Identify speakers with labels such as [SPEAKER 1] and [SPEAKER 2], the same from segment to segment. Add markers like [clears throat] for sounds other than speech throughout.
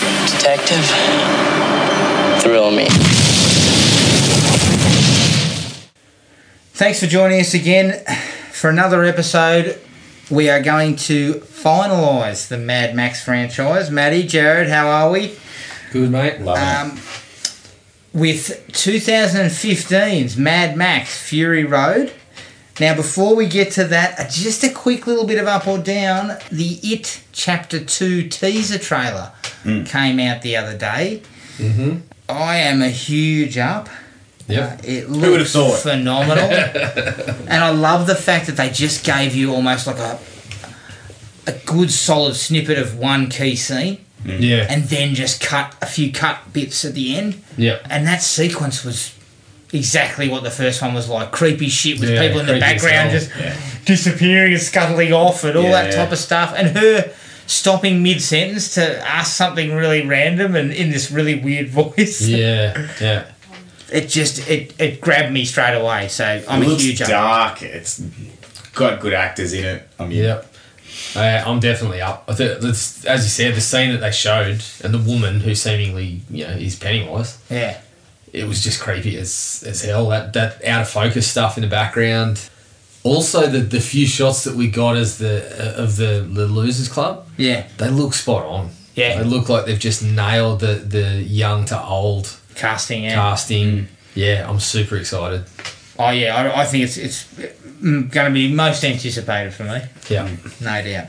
[SPEAKER 1] perspective thrill me.
[SPEAKER 2] Thanks for joining us again for another episode. We are going to finalise the Mad Max franchise. Maddie, Jared, how are we?
[SPEAKER 3] Good, mate.
[SPEAKER 4] Love it.
[SPEAKER 2] Um, with 2015's Mad Max Fury Road. Now, before we get to that, uh, just a quick little bit of up or down. The It Chapter 2 teaser trailer came out the other day.
[SPEAKER 3] Mhm.
[SPEAKER 2] I am a huge up.
[SPEAKER 3] Yep.
[SPEAKER 2] Uh, it
[SPEAKER 4] Who would've
[SPEAKER 2] looks
[SPEAKER 4] thought?
[SPEAKER 2] phenomenal. and I love the fact that they just gave you almost like a a good solid snippet of one key scene
[SPEAKER 3] Yeah.
[SPEAKER 2] and then just cut a few cut bits at the end.
[SPEAKER 3] Yep.
[SPEAKER 2] And that sequence was exactly what the first one was like. Creepy shit with
[SPEAKER 3] Yeah,
[SPEAKER 2] people in the
[SPEAKER 3] creepy as
[SPEAKER 2] background
[SPEAKER 3] hell.
[SPEAKER 2] just
[SPEAKER 4] Yeah.
[SPEAKER 2] disappearing and scuttling off and all that
[SPEAKER 4] Yeah.
[SPEAKER 2] type of stuff. And her stopping mid sentence to ask something really random and in this really weird [laughs] voice.
[SPEAKER 3] Yeah. Yeah.
[SPEAKER 2] It just it, it grabbed me straight away. So I'm
[SPEAKER 4] it
[SPEAKER 2] a
[SPEAKER 4] looks
[SPEAKER 2] huge up.
[SPEAKER 4] dark. It's got good actors in it. I mean,
[SPEAKER 3] Yep. Uh, I'm definitely up. I think that's, as you said, the scene that they showed and the woman who seemingly you know is Pennywise.
[SPEAKER 2] Yeah.
[SPEAKER 3] It was just creepy as as hell. That that out of focus stuff in the background. Also, the the few shots that we got as the uh, of the, the losers club,
[SPEAKER 2] Yeah.
[SPEAKER 3] they look spot on.
[SPEAKER 2] Yeah.
[SPEAKER 3] they look like they've just nailed the the young to old
[SPEAKER 2] Casting yeah.
[SPEAKER 3] casting. Yeah, I'm super excited.
[SPEAKER 2] Oh yeah, I, I think it's it's going to be most anticipated for me,
[SPEAKER 3] Yeah,
[SPEAKER 2] no doubt.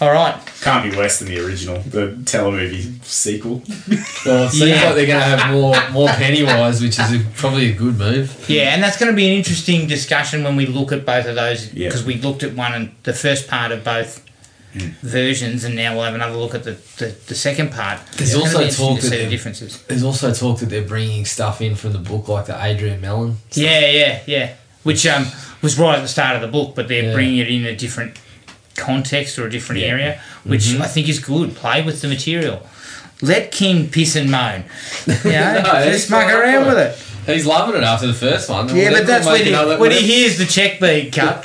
[SPEAKER 2] All right,
[SPEAKER 4] can't be worse than the original, the telemovie sequel.
[SPEAKER 3] well, it seems
[SPEAKER 2] Yeah.
[SPEAKER 3] like they're gonna have more more Pennywise, which is a, probably a good move.
[SPEAKER 2] yeah, and that's going to be an interesting discussion when we look at both of those
[SPEAKER 4] Yeah.
[SPEAKER 2] because we looked at one and the first part of both
[SPEAKER 4] Mm.
[SPEAKER 2] versions, and now we'll have another look at the, the, the second part.
[SPEAKER 3] There's
[SPEAKER 2] It's gonna
[SPEAKER 3] also
[SPEAKER 2] be interesting
[SPEAKER 3] talk
[SPEAKER 2] to
[SPEAKER 3] that
[SPEAKER 2] see the
[SPEAKER 3] they-
[SPEAKER 2] differences.
[SPEAKER 3] There's also talk that they're bringing stuff in from the book, like the Adrian Mellon.
[SPEAKER 2] Yeah, yeah, yeah. Which um was right at the start of the book, but they're
[SPEAKER 3] Yeah.
[SPEAKER 2] bringing it in a different context or a different
[SPEAKER 4] Yeah.
[SPEAKER 2] area, which
[SPEAKER 3] Mm-hmm.
[SPEAKER 2] I think is good. Play with the material. Let King piss and
[SPEAKER 3] [laughs]
[SPEAKER 2] moan. You know,
[SPEAKER 3] No,
[SPEAKER 2] just
[SPEAKER 3] it's
[SPEAKER 2] muck
[SPEAKER 3] fine.
[SPEAKER 2] around with it.
[SPEAKER 3] He's loving it after the first one.
[SPEAKER 2] Yeah,
[SPEAKER 3] We'll
[SPEAKER 2] but that's
[SPEAKER 3] definitely
[SPEAKER 2] when he,
[SPEAKER 3] make another-
[SPEAKER 2] when he hears the check
[SPEAKER 3] [laughs]
[SPEAKER 2] being cut.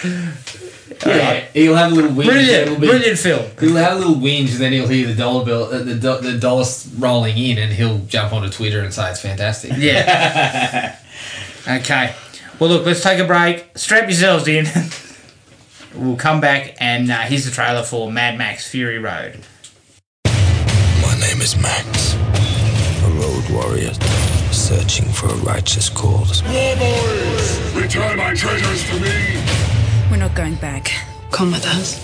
[SPEAKER 3] Yeah, he'll have a little whinge. It'll
[SPEAKER 2] Brilliant,
[SPEAKER 3] be-
[SPEAKER 2] brilliant film.
[SPEAKER 3] He'll have a little whinge, and then he'll hear the dollar bill, uh, the do- the dollars rolling in, and he'll jump onto Twitter and say it's fantastic.
[SPEAKER 2] Yeah.
[SPEAKER 3] [laughs]
[SPEAKER 2] okay. Well, look, let's take a break. Strap yourselves in. [laughs] we'll come back, and uh, here's the trailer for Mad Max Fury Road.
[SPEAKER 5] My name is Max, a road warrior searching for a righteous cause.
[SPEAKER 6] Warboys, return my treasures to me.
[SPEAKER 7] We're not going back. Come with us.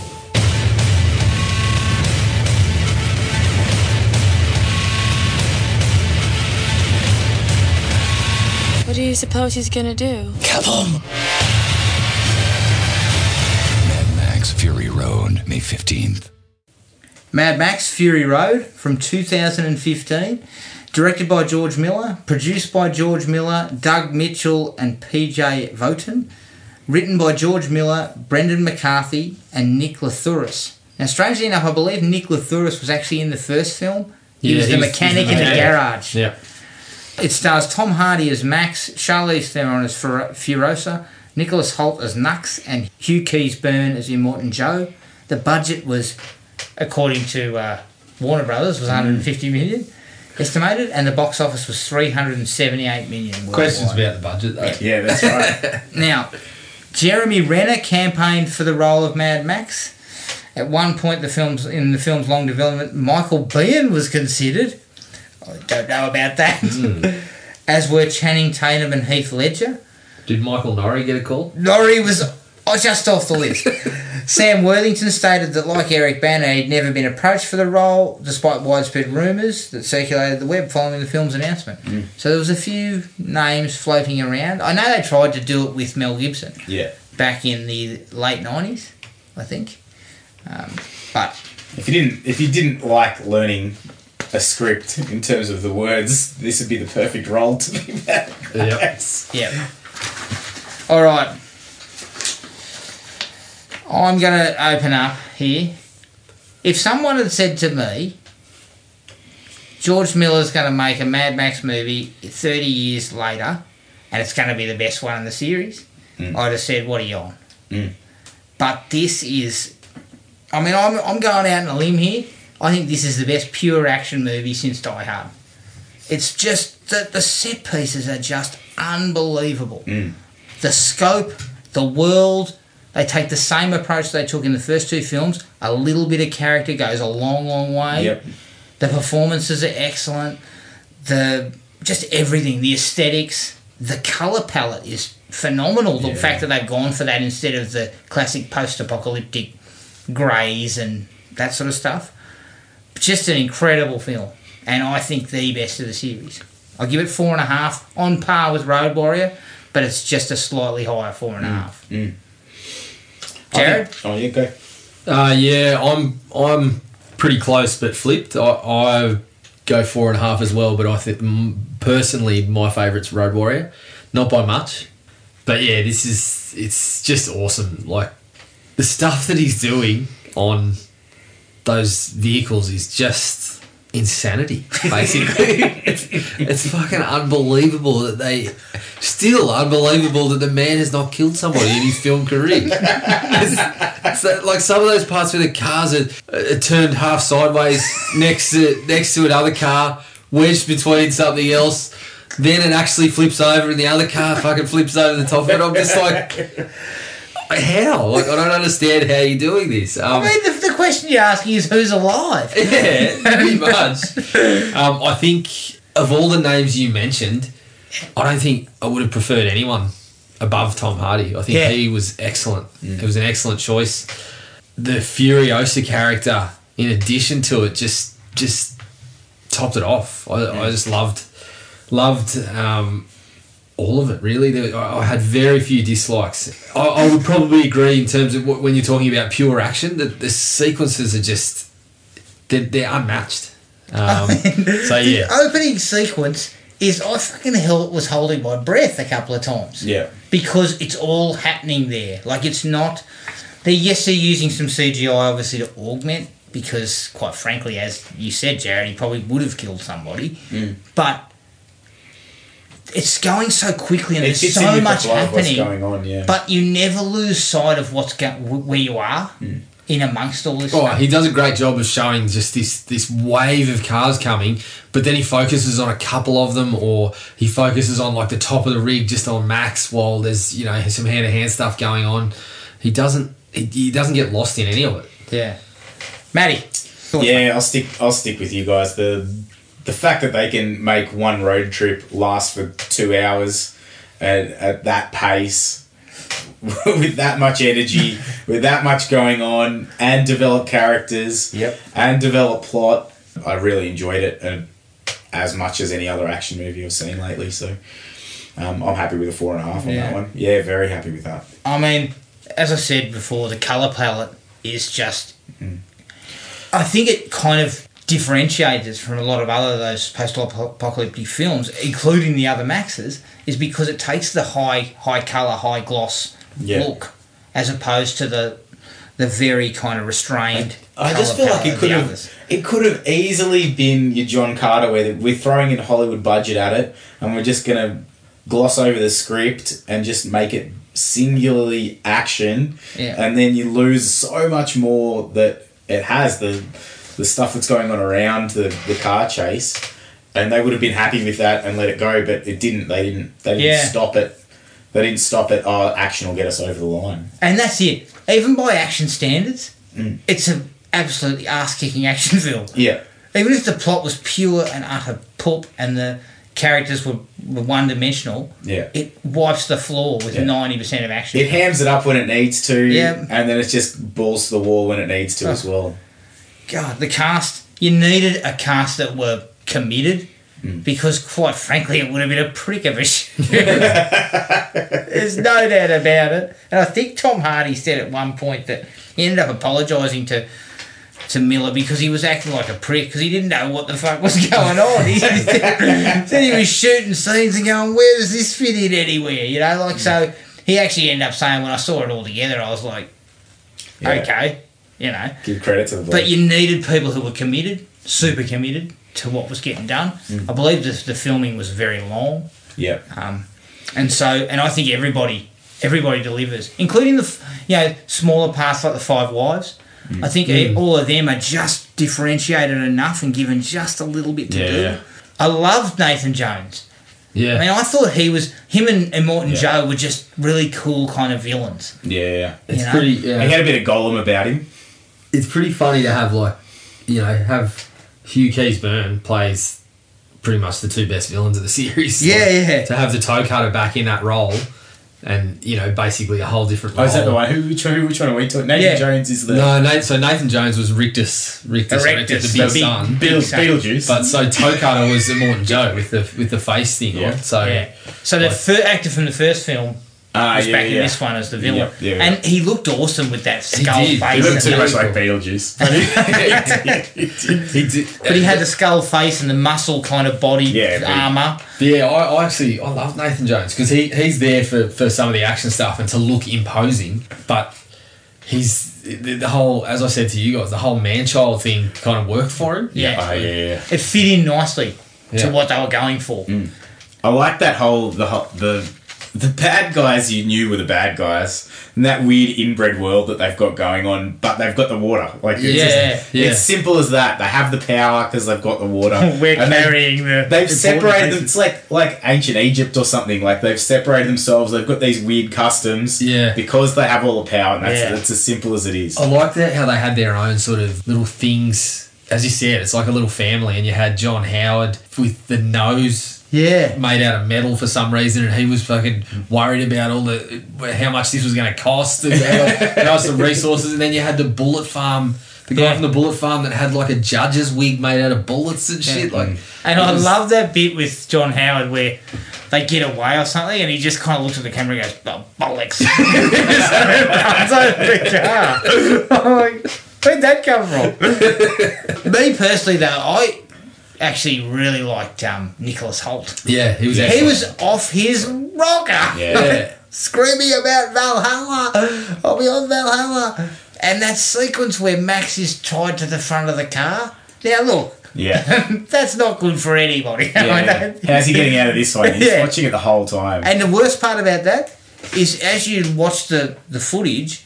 [SPEAKER 8] What do you suppose he's gonna do?
[SPEAKER 5] Mad Max Fury Road, May 15th.
[SPEAKER 2] Mad Max Fury Road from 2015, directed by George Miller, produced by George Miller, Doug Mitchell, and PJ Voten, written by George Miller, Brendan McCarthy, and Nick Lathuris. Now, strangely enough, I believe Nick Lathuris was actually in the first film. He
[SPEAKER 3] Yeah,
[SPEAKER 2] was the
[SPEAKER 3] he was-
[SPEAKER 2] mechanic
[SPEAKER 3] he was
[SPEAKER 2] in
[SPEAKER 3] the
[SPEAKER 2] the
[SPEAKER 3] mechanic.
[SPEAKER 2] garage.
[SPEAKER 3] Yeah.
[SPEAKER 2] It stars Tom Hardy as Max, Charlize Theron as Fer- Furosa, Nicholas Holt as Nux, and Hugh Keys Byrne as Immortan Joe. The budget was, according to uh, Warner Brothers, was 150 million estimated, and the box office was 378 million. Worldwide.
[SPEAKER 3] Questions about the budget though.
[SPEAKER 4] Yeah, that's right.
[SPEAKER 2] Now, Jeremy Renner campaigned for the role of Mad Max. At one point, the film's in the film's long development, Michael Biehn was considered. I don't know about that. As were Channing Tatum and Heath Ledger.
[SPEAKER 3] Did Michael Norrie get a call?
[SPEAKER 2] Norrie was oh, just off the list. Sam Worthington stated that, like Eric Banner, he'd never been approached for the role, despite widespread rumours that circulated the web following the film's announcement. So there was a few names floating around. I know they tried to do it with Mel Gibson
[SPEAKER 4] [laughs] yeah.
[SPEAKER 2] back in the late nineties, I think. Um, but
[SPEAKER 4] If you didn't, if you didn't like learning a script in terms of the words, this would be the perfect role to be [laughs] Mad
[SPEAKER 3] Yep.
[SPEAKER 4] Max.
[SPEAKER 2] yeah. All right. I'm going to open up here. If someone had said to me, George Miller's going to make a Mad Max movie 30 years later, and it's going to be the best one in the series, I'd have said, What are you on? But this is, I mean, I'm, I'm going out on a limb here. I think this is the best pure action movie since Die Hard. It's just that the set pieces are just unbelievable. The scope, the world, they take the same approach they took in the first two films. A little bit of character goes a long, long way.
[SPEAKER 4] Yep.
[SPEAKER 2] The performances are excellent. The just everything, the aesthetics, the color palette is phenomenal. The
[SPEAKER 4] Yeah.
[SPEAKER 2] fact that they've gone for that instead of the classic post-apocalyptic greys and that sort of stuff. Just an incredible film, and I think the best of the series. I give it four and a half, on par with Road Warrior, but it's just a slightly higher four and a half. Jared,
[SPEAKER 4] Oh, yeah, go.
[SPEAKER 3] Uh, yeah, I'm I'm pretty close, but flipped. I, I go four and a half as well, but I think mm, personally my favourite's Road Warrior, not by much. But yeah, this is it's just awesome. Like the stuff that he's doing on those vehicles is just insanity. Basically, it's, it's fucking unbelievable that they still unbelievable that the man has not killed somebody in his film career. So, like some of those parts where the cars are, are turned half sideways next to next to another car, wedged between something else. Then it actually flips over, and the other car fucking flips over the top of it. I'm just like, how? Like I don't understand how you're doing this. Um,
[SPEAKER 2] I mean, the, the question you're asking is who's alive?
[SPEAKER 3] [laughs] yeah, pretty much. Um, I think of all the names you mentioned, I don't think I would have preferred anyone above Tom Hardy. I think
[SPEAKER 2] Yeah.
[SPEAKER 3] he was excellent. It was an excellent choice. The Furiosa character, in addition to it, just just topped it off. I, I just loved loved um, all of it really. There, I I had very few dislikes. I, I would probably agree in terms of what, when you're talking about pure action that the sequences are just they're, they're unmatched.
[SPEAKER 2] [laughs]
[SPEAKER 3] Um, so yeah,
[SPEAKER 2] The opening sequence is I fucking hell was holding my breath a couple of times.
[SPEAKER 4] Yeah.
[SPEAKER 2] Because it's all happening there. Like it's not they yes they're using some CGI obviously to augment because quite frankly, as you said, Jared, he probably would have killed somebody.
[SPEAKER 4] Mm.
[SPEAKER 2] But it's going so quickly and
[SPEAKER 4] It
[SPEAKER 2] there's
[SPEAKER 4] fits in
[SPEAKER 2] so
[SPEAKER 4] with
[SPEAKER 2] much
[SPEAKER 4] the flow of what's
[SPEAKER 2] happening.
[SPEAKER 4] going on, yeah.
[SPEAKER 2] But you never lose sight of what's go- wh- where you are
[SPEAKER 4] Mm.
[SPEAKER 2] in amongst all this.
[SPEAKER 3] Oh,
[SPEAKER 2] stuff.
[SPEAKER 3] he does a great job of showing just this this wave of cars coming, but then he focuses on a couple of them, or he focuses on like the top of the rig just on Max while there's you know some hand to hand stuff going on. He doesn't he, he doesn't get lost in any of it.
[SPEAKER 2] yeah. Maddie. thoughts, mate?
[SPEAKER 4] Yeah, I'll stick. I'll stick with you guys. The the fact that they can make one road trip last for two hours at, at that pace, [laughs] with that
[SPEAKER 2] [laughs]
[SPEAKER 4] much energy, with that much going on, and develop characters,
[SPEAKER 2] Yep.
[SPEAKER 4] and develop plot. I really enjoyed it uh, as much as any other action movie I've seen lately. So. Um, I'm happy with a four and a half on
[SPEAKER 2] Yeah.
[SPEAKER 4] that one. Yeah, very happy with that.
[SPEAKER 2] I mean, as I said before, the color palette is just. I think it kind of differentiates it from a lot of other those post-apocalyptic films, including the other Maxes, is because it takes the high, high color, high gloss
[SPEAKER 4] Yeah.
[SPEAKER 2] look, as opposed to the the very kind of restrained.
[SPEAKER 4] I just
[SPEAKER 2] colour
[SPEAKER 4] feel like
[SPEAKER 2] palette
[SPEAKER 4] it
[SPEAKER 2] of
[SPEAKER 4] could
[SPEAKER 2] the
[SPEAKER 4] have
[SPEAKER 2] others.
[SPEAKER 4] it could have easily been your John Carter where we're throwing in Hollywood budget at it and we're just gonna gloss over the script and just make it singularly action
[SPEAKER 2] Yeah.
[SPEAKER 4] and then you lose so much more that it has the the stuff that's going on around the, the car chase and they would have been happy with that and let it go but it didn't they didn't they didn't
[SPEAKER 2] Yeah.
[SPEAKER 4] stop it they didn't stop it oh action will get us over the line
[SPEAKER 2] and that's it. Even by action standards,
[SPEAKER 4] Mm.
[SPEAKER 2] it's an absolutely ass-kicking action [laughs] film.
[SPEAKER 4] yeah
[SPEAKER 2] even if the plot was pure and utter poop and the characters were, were one dimensional,
[SPEAKER 4] Yeah.
[SPEAKER 2] it wipes the floor with
[SPEAKER 4] Yeah.
[SPEAKER 2] ninety percent of action.
[SPEAKER 4] It hams it up when it needs to,
[SPEAKER 2] Yeah. Oh.
[SPEAKER 4] and then it just balls to the wall when it needs to as well.
[SPEAKER 2] God, the cast you needed a cast that were committed because quite frankly it would have been a prick of a shoot. There's no doubt about it. And I think Tom Hardy said at one point that he ended up apologising to to Miller because he was acting like a prick because he didn't know what the fuck was going on. He said [laughs] said he was shooting scenes and going, where does this fit in anywhere? You know, like so. He actually ended up saying when I saw it all together, I was like,
[SPEAKER 4] Yeah.
[SPEAKER 2] okay, you know.
[SPEAKER 4] Give credit to the
[SPEAKER 2] But
[SPEAKER 4] bloke.
[SPEAKER 2] you needed people who were committed, super committed to what was getting done.
[SPEAKER 4] Mm.
[SPEAKER 2] I believe the, the filming was very long,
[SPEAKER 4] yeah.
[SPEAKER 2] um, and so and I think everybody everybody delivers,
[SPEAKER 4] Mm.
[SPEAKER 2] including the f- you know smaller parts like the Five Wives. I think eh, e, all of them are just differentiated enough and given just a little bit to
[SPEAKER 4] Yeah,
[SPEAKER 2] do.
[SPEAKER 4] yeah.
[SPEAKER 2] I loved Nathan Jones.
[SPEAKER 3] Yeah.
[SPEAKER 2] I mean, I thought he was him and, and Morton
[SPEAKER 4] Yeah.
[SPEAKER 2] Joe were just really cool kind of villains.
[SPEAKER 4] Yeah.
[SPEAKER 3] it's
[SPEAKER 2] you know?
[SPEAKER 3] pretty.
[SPEAKER 4] He
[SPEAKER 3] Yeah,
[SPEAKER 4] had a bit of Gollum about him.
[SPEAKER 3] it's pretty funny to have like, you know, have Hugh Keys Byrne plays pretty much the two best villains of the [laughs] series.
[SPEAKER 2] Yeah,
[SPEAKER 3] Like,
[SPEAKER 2] yeah.
[SPEAKER 3] To have the toe cutter back in that role, and you know, basically a whole different.
[SPEAKER 4] Oh, is that
[SPEAKER 3] role.
[SPEAKER 4] the one? Who, which, one- which one are we talking? Nathan
[SPEAKER 2] Yeah.
[SPEAKER 4] Jones is the
[SPEAKER 3] No, Nate, so Nathan Jones was Rictus, Rictus,
[SPEAKER 2] Erectus,
[SPEAKER 3] Erectus, the
[SPEAKER 2] the
[SPEAKER 3] big
[SPEAKER 2] big-
[SPEAKER 3] son.
[SPEAKER 4] Beetle-
[SPEAKER 2] Big Sam.
[SPEAKER 4] Beetlejuice.
[SPEAKER 3] But so Toe Cutter was the Morton Joe with the with the face thing
[SPEAKER 4] Yeah.
[SPEAKER 3] on. So
[SPEAKER 2] Yeah. So the fir- actor from the first film
[SPEAKER 4] Ah,
[SPEAKER 2] was
[SPEAKER 4] yeah,
[SPEAKER 2] back in
[SPEAKER 4] yeah.
[SPEAKER 2] this one as the villain,
[SPEAKER 4] Yep, yeah, yeah.
[SPEAKER 2] and he looked awesome with that skull
[SPEAKER 3] did. He
[SPEAKER 4] He
[SPEAKER 2] face.
[SPEAKER 4] looked too
[SPEAKER 2] and the-
[SPEAKER 4] much like [laughs] Beetlejuice.
[SPEAKER 3] he did.
[SPEAKER 2] [laughs] but he had the skull face and the muscle kind of body
[SPEAKER 4] Yeah, big.
[SPEAKER 2] armor.
[SPEAKER 3] Yeah, I, I actually I love Nathan Jones because he, he's there for, for some of the action stuff and to look imposing, but he's the, the whole as I said to you guys the whole man child thing kind of worked for him.
[SPEAKER 2] Yeah.
[SPEAKER 4] oh, yeah.
[SPEAKER 2] It fit in nicely
[SPEAKER 3] Yeah.
[SPEAKER 2] to what they were going for.
[SPEAKER 4] Mm. I like that whole the ho- the the bad guys you knew were the bad guys, and that weird inbred world that they've got going on. But they've got the water. Like it's
[SPEAKER 2] Yeah.
[SPEAKER 4] just,
[SPEAKER 3] Yeah.
[SPEAKER 4] it's simple as that. They have the power because they've got the
[SPEAKER 2] [laughs]
[SPEAKER 4] water.
[SPEAKER 2] [laughs] We're
[SPEAKER 4] And they-
[SPEAKER 2] carrying the.
[SPEAKER 4] They've
[SPEAKER 2] the
[SPEAKER 4] separated them.
[SPEAKER 2] pieces.
[SPEAKER 4] It's like like ancient Egypt or something. Like they've separated themselves. They've got these weird customs.
[SPEAKER 3] Yeah.
[SPEAKER 4] Because they have all the power, and that's
[SPEAKER 2] Yeah. Oh.
[SPEAKER 4] that's as simple as it is.
[SPEAKER 3] I like that how they had their own sort of little things. As you said, it's like a little family, and you had John Howard with the nose
[SPEAKER 2] Yeah.
[SPEAKER 3] made out of metal for some reason, and he was fucking worried about all the how much this was going to cost and how much the resources. And then you had the bullet farm, the guy
[SPEAKER 2] Yeah.
[SPEAKER 3] from the bullet farm that had like a judge's wig made out of bullets and shit. Like,
[SPEAKER 2] Mm-hmm. And
[SPEAKER 3] it
[SPEAKER 2] I
[SPEAKER 3] was-
[SPEAKER 2] love that bit with John Howard where they get away or something and he just kind of looks at the camera and goes, oh, bollocks. [laughs] Runs over the car. I'm like, where'd that come from? Me personally, though, I actually really liked um, Nicholas Holt.
[SPEAKER 3] Yeah, he was.
[SPEAKER 2] He
[SPEAKER 3] excellent.
[SPEAKER 2] was off his rocker.
[SPEAKER 3] [laughs]
[SPEAKER 2] [laughs]
[SPEAKER 3] Yeah.
[SPEAKER 2] screaming about Valhalla. I'll be on Valhalla. And that sequence where Max is tied to the front of the car. Now look,
[SPEAKER 4] yeah.
[SPEAKER 2] that's not good for anybody. [laughs] I
[SPEAKER 4] yeah.
[SPEAKER 2] don't-
[SPEAKER 4] How's he getting out of this
[SPEAKER 2] [laughs]
[SPEAKER 4] one? He's
[SPEAKER 2] Yeah.
[SPEAKER 4] watching it the whole time.
[SPEAKER 2] And the worst part about that is as you watch the, the footage,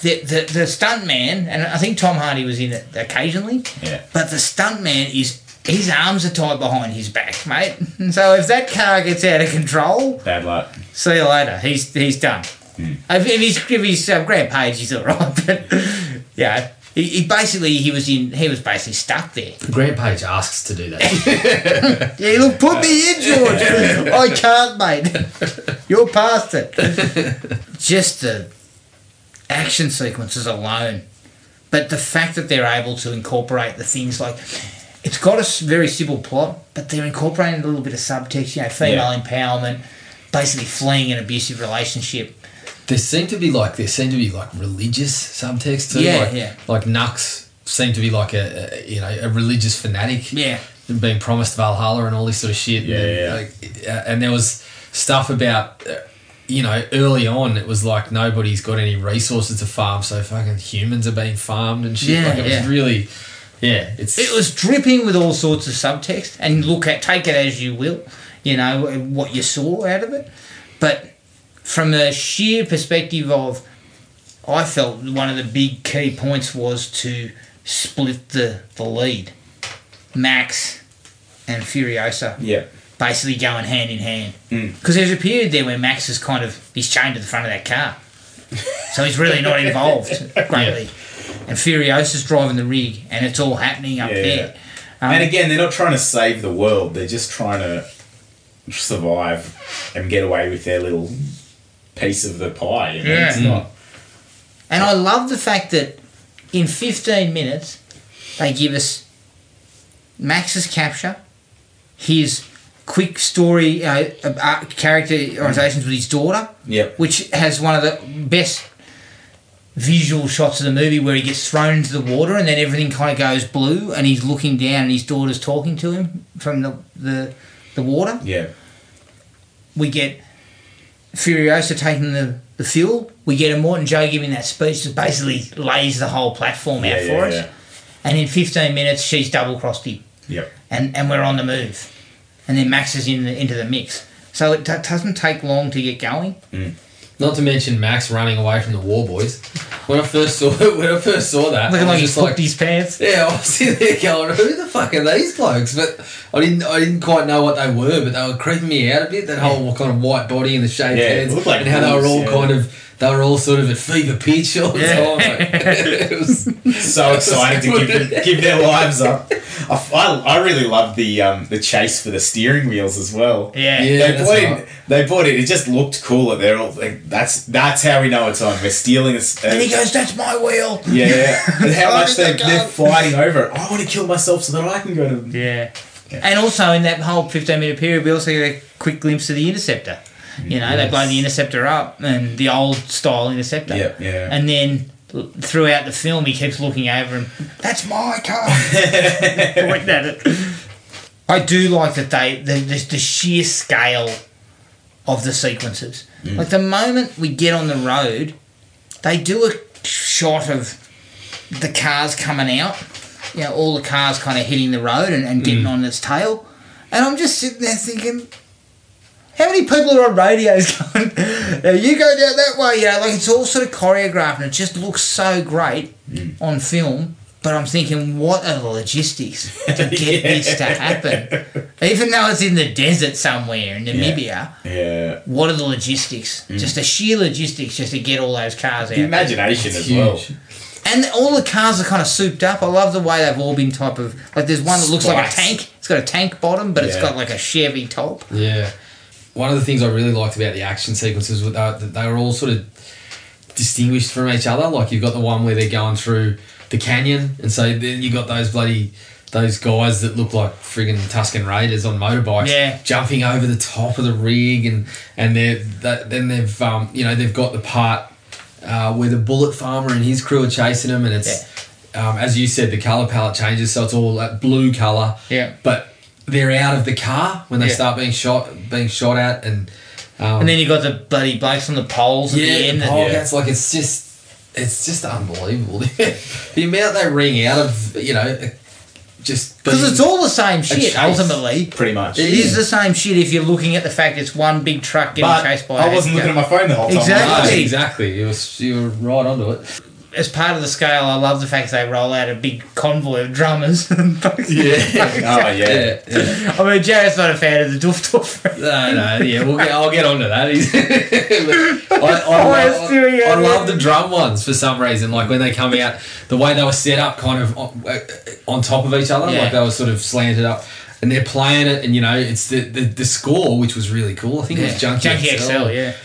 [SPEAKER 2] the, the, the stunt man, and I think Tom Hardy was in it occasionally,
[SPEAKER 4] Yeah.
[SPEAKER 2] but the stunt man is, his arms are tied behind his back, mate. [laughs] And so if that car gets out of control,
[SPEAKER 4] Bad luck.
[SPEAKER 2] See you later. He's he's done. If, if he's if he's um, Grant Page, he's all right. [laughs] But yeah, he, he basically he was in he was basically stuck there.
[SPEAKER 3] Grant Page asks to do that.
[SPEAKER 2] Yeah, look, put me in, George. [laughs] I can't, mate. You're past [laughs] it. Just the action sequences alone, but the fact that they're able to incorporate the things like. It's got a s- very simple plot, but they're incorporating a little bit of subtext, you know, female
[SPEAKER 4] Yeah.
[SPEAKER 2] empowerment, basically fleeing an abusive relationship.
[SPEAKER 3] [laughs] there seemed to be like there seemed to be like religious subtext too.
[SPEAKER 2] Yeah,
[SPEAKER 3] like,
[SPEAKER 2] yeah.
[SPEAKER 3] Like Nux seemed to be like a, a you know a religious fanatic.
[SPEAKER 2] Yeah.
[SPEAKER 3] and being promised Valhalla and all this sort of shit.
[SPEAKER 4] Yeah,
[SPEAKER 3] and,
[SPEAKER 4] yeah, yeah.
[SPEAKER 3] Like, uh, and there was stuff about, uh, you know, early on it was like nobody's got any resources to farm, so fucking humans are being farmed and shit.
[SPEAKER 2] Yeah,
[SPEAKER 3] like it
[SPEAKER 2] yeah.
[SPEAKER 3] was really, yeah, it's
[SPEAKER 2] It was dripping with all sorts of subtext, and look at take it as you will, you know what you saw out of it. But from a sheer perspective of, I felt one of the big key points was to split the the lead, Max and Furiosa
[SPEAKER 4] Yeah.
[SPEAKER 2] basically going hand in hand.
[SPEAKER 4] Mm.
[SPEAKER 2] Because there's a period there where Max is kind of he's chained to the front of that car, so he's really not
[SPEAKER 4] [laughs]
[SPEAKER 2] involved greatly. And Furiosa's driving the rig, and it's all happening up
[SPEAKER 4] Yeah.
[SPEAKER 2] there. Um,
[SPEAKER 4] And again, they're not trying to save the world. They're just trying to survive and get away with their little piece of the pie. You know?
[SPEAKER 2] Yeah.
[SPEAKER 4] It's not.
[SPEAKER 2] And I love the fact that in 15 minutes they give us Max's capture, his quick story uh, uh, uh, characterizations with his daughter,
[SPEAKER 4] Yep.
[SPEAKER 2] which has one of the best visual shots of the movie where he gets thrown into the water and then everything kind of goes blue and he's looking down and his daughter's talking to him from the the, the water.
[SPEAKER 4] Yeah.
[SPEAKER 2] We get Furiosa taking the, the fuel. We get a Morton Joe giving that speech that basically lays the whole platform out
[SPEAKER 4] Yeah.
[SPEAKER 2] for
[SPEAKER 4] Yeah.
[SPEAKER 2] us.
[SPEAKER 4] yeah.
[SPEAKER 2] And in 15 minutes, she's double crossed him
[SPEAKER 4] Yep.
[SPEAKER 2] and, and we're on the move. And then Max is in the, into the mix. So it t- doesn't take long to get going.
[SPEAKER 3] Not to mention Max running away from the war boys. When I first saw [laughs] when I first saw that,
[SPEAKER 2] Looking
[SPEAKER 3] I was
[SPEAKER 2] like he's
[SPEAKER 3] just
[SPEAKER 2] pooped
[SPEAKER 3] like,
[SPEAKER 2] his pants.
[SPEAKER 3] yeah, [laughs] I was sitting there going, "Who the fuck are these blokes?" But I didn't, I didn't quite know what they were, but they were creeping me out a bit. That whole kind of white body and the shaved
[SPEAKER 4] Yeah, it
[SPEAKER 3] heads,
[SPEAKER 4] looked like
[SPEAKER 3] and how they were all
[SPEAKER 4] wolves, yeah.
[SPEAKER 3] kind of, they were all sort of at fever pitch all the
[SPEAKER 2] Yeah.
[SPEAKER 3] time. [laughs] Like, it
[SPEAKER 4] [laughs]
[SPEAKER 3] was,
[SPEAKER 4] so excited to
[SPEAKER 2] [laughs]
[SPEAKER 4] give, give their lives up. I, I, I really loved the um, the chase for the steering wheels as well.
[SPEAKER 2] Yeah.
[SPEAKER 3] Yeah,
[SPEAKER 4] they
[SPEAKER 3] that's
[SPEAKER 4] bought it.
[SPEAKER 3] right.
[SPEAKER 4] They bought it. It just looked cool. That they're all like, that's that's how we know it's on. We're stealing this. uh,
[SPEAKER 2] And he goes, "That's my wheel."
[SPEAKER 4] yeah, yeah.
[SPEAKER 2] [laughs]
[SPEAKER 4] And how
[SPEAKER 2] Oh,
[SPEAKER 4] much they're,
[SPEAKER 2] it's a gun.
[SPEAKER 4] they're fighting over. it. I want to kill myself so that I can go to. them.
[SPEAKER 2] Yeah. And also in that whole 15 minute period, we also get a quick glimpse of the interceptor. You know, they blow the interceptor up and the old style interceptor.
[SPEAKER 4] Yep, yeah.
[SPEAKER 2] And then l- throughout the film, he keeps looking over and that's my [laughs] car. Pointing at it. I do like that they the, the, the sheer scale of the sequences. Like the moment we get on the road, they do a shot of the cars coming out, you know, all the cars kind of hitting the road and, and getting on its tail. And I'm just sitting there thinking, how many people are on radios [laughs] going, now you go down that way, you know, like it's all sort of choreographed and it just looks so great on film. But I'm thinking, what are the logistics to get this to happen? Even though it's in the desert somewhere in Namibia,
[SPEAKER 4] Yeah,
[SPEAKER 2] what are the logistics? Just the sheer logistics just to get all those cars out.
[SPEAKER 4] the imagination as well.
[SPEAKER 3] huge.
[SPEAKER 2] And all the cars are kind of souped up. I love the way they've all been type of like. There's one that looks like a
[SPEAKER 4] Spikes.
[SPEAKER 2] tank. It's got a tank bottom, but it's
[SPEAKER 4] Yeah.
[SPEAKER 2] got like a Chevy top.
[SPEAKER 3] Yeah. One of the things I really liked about the action sequences was that that they were all sort of distinguished from each other. Like you've got the one where they're going through the canyon, and so then you got those bloody those guys that look like friggin' Tuscan Raiders on motorbikes,
[SPEAKER 2] Yeah.
[SPEAKER 3] jumping over the top of the rig, and and they're that, then they've um, you know they've got the part uh, where the bullet farmer and his crew are chasing him, and it's um, as you said, the color palette changes, so it's all that blue color.
[SPEAKER 2] Yeah.
[SPEAKER 3] But they're out of the car when they
[SPEAKER 2] Yeah.
[SPEAKER 3] start being shot, being shot at, and um,
[SPEAKER 2] And then you got the bloody blokes on the poles at
[SPEAKER 3] yeah,
[SPEAKER 2] the end.
[SPEAKER 3] the
[SPEAKER 2] that-
[SPEAKER 3] pole gets like it's just. It's just unbelievable [laughs] the amount they ring out of you know, just
[SPEAKER 2] Because
[SPEAKER 3] [laughs]
[SPEAKER 2] it's all the same shit
[SPEAKER 3] chase.
[SPEAKER 2] ultimately.
[SPEAKER 4] Pretty much.
[SPEAKER 2] It is the same shit if you're looking at the fact it's one big truck getting
[SPEAKER 4] But
[SPEAKER 2] chased by.
[SPEAKER 4] I
[SPEAKER 2] a-
[SPEAKER 4] wasn't looking at my phone the whole time.
[SPEAKER 2] Exactly.
[SPEAKER 3] No, Ah, exactly. You were you were right onto it.
[SPEAKER 2] As part of the scale, I love the fact they roll out a big convoy of drummers. [laughs] and fucking-
[SPEAKER 3] Yeah.
[SPEAKER 4] Oh yeah.
[SPEAKER 3] [laughs] Yeah, yeah.
[SPEAKER 2] I mean, Jared's not a fan of the doof doof.
[SPEAKER 3] No, no, yeah, we'll get, I'll get onto that. [laughs] But I,
[SPEAKER 4] [laughs]
[SPEAKER 3] I,
[SPEAKER 2] Always
[SPEAKER 3] love,
[SPEAKER 2] doing it.
[SPEAKER 3] I love the drum ones for some reason. Like when they come out, the way they were set up kind of on, uh, on top of each other,
[SPEAKER 2] Yeah.
[SPEAKER 3] like they were sort of slanted up. And they're playing it, and you know, it's the, the, the score, which was really cool. I think it was Junkie,
[SPEAKER 2] Junkie XL, yeah.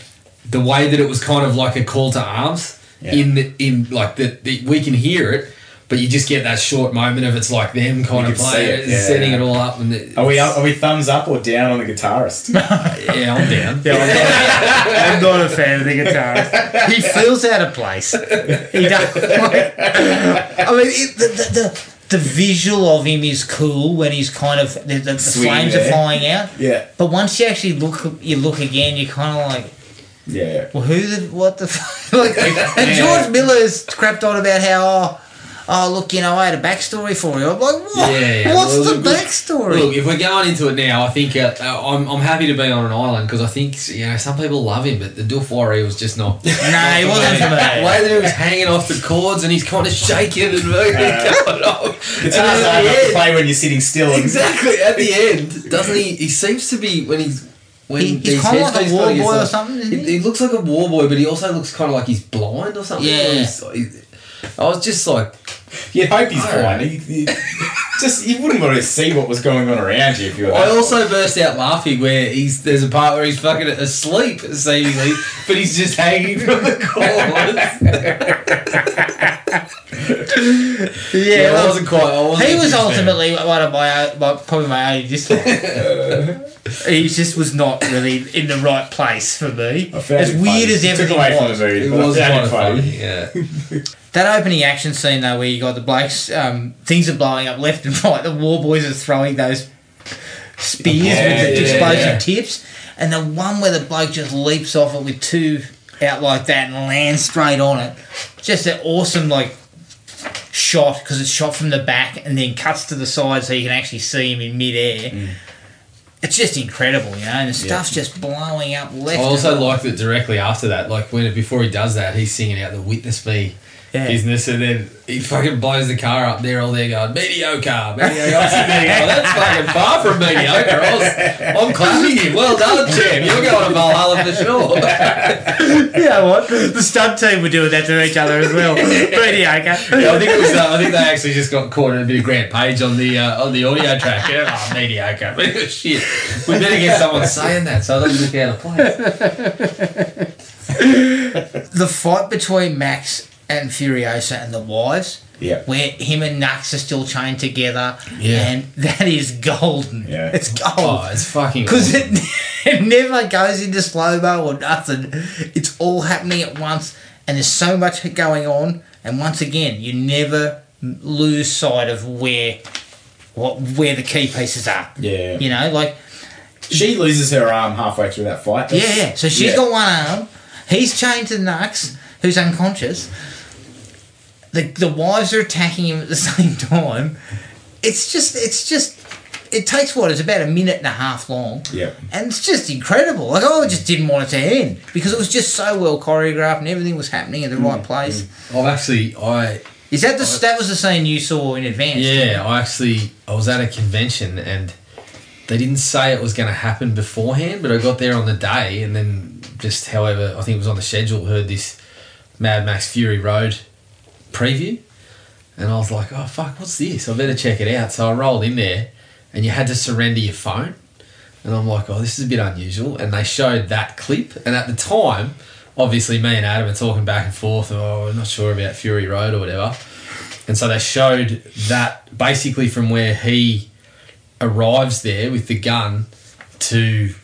[SPEAKER 3] the way that it was kind of like a call to arms
[SPEAKER 4] Yeah.
[SPEAKER 3] in the, in like the, the we can hear it but you just get that short moment of it's like them kind
[SPEAKER 4] You
[SPEAKER 3] of
[SPEAKER 4] can see
[SPEAKER 3] playing
[SPEAKER 4] it,
[SPEAKER 3] it,
[SPEAKER 4] yeah.
[SPEAKER 3] setting it all up and the,
[SPEAKER 4] Are we up, are we thumbs up or down on the guitarist?
[SPEAKER 3] yeah I'm
[SPEAKER 4] [laughs]
[SPEAKER 3] down
[SPEAKER 2] Yeah, I'm, not, I'm not a fan of the guitarist. He feels out of place. He does. I mean, it, the, the, the the visual of him is cool when he's kind of the, the, the
[SPEAKER 4] Swinging
[SPEAKER 2] flames are
[SPEAKER 4] there.
[SPEAKER 2] flying out.
[SPEAKER 4] [laughs] Yeah.
[SPEAKER 2] But once you actually look, you look again. You're kind of like,
[SPEAKER 4] yeah.
[SPEAKER 2] well, who the what the fuck? [laughs] like, and George Miller's crapped on about how. Oh, Oh look, you know I had a backstory for you. I'm like, what?
[SPEAKER 3] Yeah, yeah.
[SPEAKER 2] What's
[SPEAKER 3] Well,
[SPEAKER 2] the
[SPEAKER 3] look-
[SPEAKER 2] backstory?
[SPEAKER 3] Look, if we're going into it now, I think uh, uh, I'm, I'm happy to be on an island because I think you know some people love him, but the Doof Warrior was
[SPEAKER 2] [laughs]
[SPEAKER 3] just not. the
[SPEAKER 2] no, he wasn't for me.
[SPEAKER 3] way that he was hanging off the cords and he's kind of shaking and moving. [laughs] going off.
[SPEAKER 2] Uh,
[SPEAKER 3] And then at
[SPEAKER 4] Guitars are
[SPEAKER 3] the
[SPEAKER 4] hard to
[SPEAKER 3] end-
[SPEAKER 4] play when you're sitting still. And,
[SPEAKER 3] Exactly at the end, doesn't he? He seems to be when he's when
[SPEAKER 2] He- he's
[SPEAKER 3] these
[SPEAKER 2] kinda like a
[SPEAKER 3] headspace
[SPEAKER 2] war
[SPEAKER 3] kinda gets
[SPEAKER 2] boy or
[SPEAKER 3] like-
[SPEAKER 2] something, isn't
[SPEAKER 3] He,
[SPEAKER 2] he?
[SPEAKER 3] he looks like a war boy, but he also looks kind of like he's blind or something.
[SPEAKER 2] Yeah.
[SPEAKER 3] He's- he- I was just like,
[SPEAKER 4] You'd hope he's
[SPEAKER 3] Alright.
[SPEAKER 4] blind. You- you- just you wouldn't want to see what was going on around you if you were.
[SPEAKER 3] I also burst out laughing where he's there's a part where he's fucking asleep seemingly,
[SPEAKER 2] [laughs]
[SPEAKER 3] but he's just hanging from the cords.
[SPEAKER 2] Yeah,
[SPEAKER 3] yeah, I wasn't quite. I wasn't
[SPEAKER 2] He
[SPEAKER 3] a
[SPEAKER 2] was
[SPEAKER 3] huge fan.
[SPEAKER 2] ultimately one of my, my probably my only dislike. he just was not really in the right place for me.
[SPEAKER 4] [laughs] I found
[SPEAKER 2] As
[SPEAKER 4] it
[SPEAKER 2] weird
[SPEAKER 4] funny.
[SPEAKER 2] as
[SPEAKER 4] It
[SPEAKER 2] everything
[SPEAKER 4] took away
[SPEAKER 2] was.
[SPEAKER 4] from the movie,
[SPEAKER 3] It
[SPEAKER 4] but I
[SPEAKER 3] was
[SPEAKER 4] found
[SPEAKER 3] kind
[SPEAKER 4] it
[SPEAKER 3] of
[SPEAKER 4] funny.
[SPEAKER 3] funny. Yeah.
[SPEAKER 2] That opening action scene though, where you got the blokes, um, things are blowing up left and [laughs] right. The war boys are throwing those spears
[SPEAKER 4] Yeah,
[SPEAKER 2] with the
[SPEAKER 4] yeah,
[SPEAKER 2] explosive
[SPEAKER 3] yeah.
[SPEAKER 2] tips, and the one where the bloke just leaps off it with two out like that and lands straight on it. Just an awesome like shot
[SPEAKER 3] Mm.
[SPEAKER 2] because it's shot from the back and then cuts to the side so you can actually see him in midair. It's just incredible, you know. And the stuff's just blowing up
[SPEAKER 3] I
[SPEAKER 2] left.
[SPEAKER 3] also
[SPEAKER 2] and
[SPEAKER 3] like that directly after that, like when before he does that, he's singing out the witness me
[SPEAKER 2] Yeah.
[SPEAKER 3] business, and then he fucking blows the car up. They're all there going mediocre, mediocre. I'm sitting there going, That's fucking far from mediocre. I was, I'm clapping you. Well done, champ. You're going to Valhalla for sure.
[SPEAKER 2] you know what? The stunt team were doing that to each other as [laughs] well. Mediocre.
[SPEAKER 3] Yeah, I think it was, uh, I think they actually just got caught in a bit of Grant Page on the uh, on the audio track. Yeah, oh, mediocre. [laughs] Shit, we better get someone saying that so it doesn't look out of place.
[SPEAKER 2] The fight between Max and Furiosa and the wives.
[SPEAKER 4] Yeah.
[SPEAKER 2] Where him and Nux are still chained together.
[SPEAKER 3] Yeah.
[SPEAKER 2] And that is golden.
[SPEAKER 4] Yeah.
[SPEAKER 2] It's gold.
[SPEAKER 3] Oh, it's
[SPEAKER 2] [laughs]
[SPEAKER 3] fucking.
[SPEAKER 2] because it, it never goes into slow mo or nothing. It's all happening at once, and there's so much going on. And once again, you never m- lose sight of where what where the key pieces are.
[SPEAKER 4] Yeah.
[SPEAKER 2] you know, like
[SPEAKER 4] She loses her arm halfway through that fight.
[SPEAKER 2] yeah, yeah. So she's
[SPEAKER 4] she's
[SPEAKER 2] got one arm. He's chained to Nux, who's unconscious. The the wives are attacking him at the [laughs] same time. It's just it's just it takes what it's about a minute and a half long.
[SPEAKER 4] Yep.
[SPEAKER 2] And it's just incredible. Like I just didn't want it to end because it was just so well choreographed and everything was happening in the right place.
[SPEAKER 3] I've actually I
[SPEAKER 2] Is that the that was the scene you saw in advance?
[SPEAKER 3] Yeah, I actually I was at a convention and they didn't say it was going to happen beforehand, but I got there on the day and then just however I think it was on the schedule heard this Mad Max Fury Road preview and I was like, oh fuck, what's this? I better check it out. So I rolled in there and you had to surrender your phone. And I'm like, oh, this is a bit unusual. And they showed that clip. And at the time, obviously, me and Adam are talking back and forth. Oh, we're not sure about Fury Road or whatever. And so they showed that basically from where he arrives there with the gun to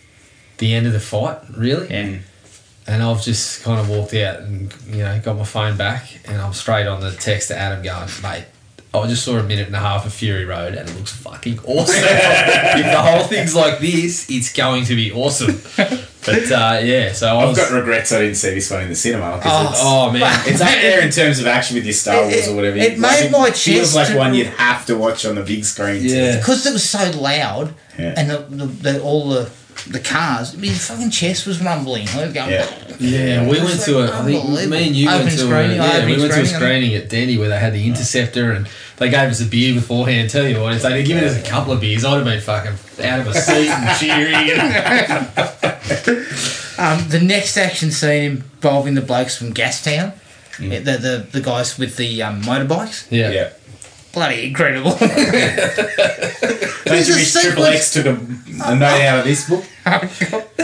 [SPEAKER 3] the end of the fight, really.
[SPEAKER 2] Yeah.
[SPEAKER 3] And I've just kind of walked out and, you know, got my phone back and I'm straight on the text to Adam going, mate, I just saw a minute and a half of Fury Road and it looks fucking awesome. if the whole thing's like this, it's going to be awesome. But uh, yeah, so I
[SPEAKER 4] I've
[SPEAKER 3] was.
[SPEAKER 4] got regrets I didn't see this one in the cinema. 'cause it's-
[SPEAKER 3] oh man,
[SPEAKER 4] It's up there in terms of action with your Star
[SPEAKER 2] It-
[SPEAKER 4] Wars
[SPEAKER 2] it-
[SPEAKER 4] or whatever.
[SPEAKER 2] it made my chest
[SPEAKER 4] feels like
[SPEAKER 2] to-
[SPEAKER 4] one you'd have to watch on the big screen. to-
[SPEAKER 3] Yeah.
[SPEAKER 2] because it was so loud
[SPEAKER 4] Yeah.
[SPEAKER 2] and the, the, the all the the cars, I mean, fucking chest was rumbling. I was going,
[SPEAKER 4] Yeah.
[SPEAKER 3] Yeah, we
[SPEAKER 2] It's
[SPEAKER 3] went
[SPEAKER 2] like
[SPEAKER 3] to a. I think
[SPEAKER 2] unbelievable.
[SPEAKER 3] me and you
[SPEAKER 2] Open
[SPEAKER 3] went to a.
[SPEAKER 2] screening,
[SPEAKER 3] Yeah,
[SPEAKER 2] open
[SPEAKER 3] we went to a
[SPEAKER 2] screening.
[SPEAKER 3] screening at Dandy where they had the interceptor and they gave us a beer beforehand too. And if they'd have given us a couple of beers, I'd have been fucking out of a
[SPEAKER 2] [laughs]
[SPEAKER 3] seat and cheering. And
[SPEAKER 2] Um, the next action scene involving the blokes from Gastown, Yeah, the, the the guys with the um, motorbikes,
[SPEAKER 3] yeah.
[SPEAKER 4] Yeah.
[SPEAKER 2] bloody incredible.
[SPEAKER 4] Don't
[SPEAKER 2] There's
[SPEAKER 4] you
[SPEAKER 2] a Uh,
[SPEAKER 4] wish Triple
[SPEAKER 2] sequence-
[SPEAKER 4] X took a, a note out of this book?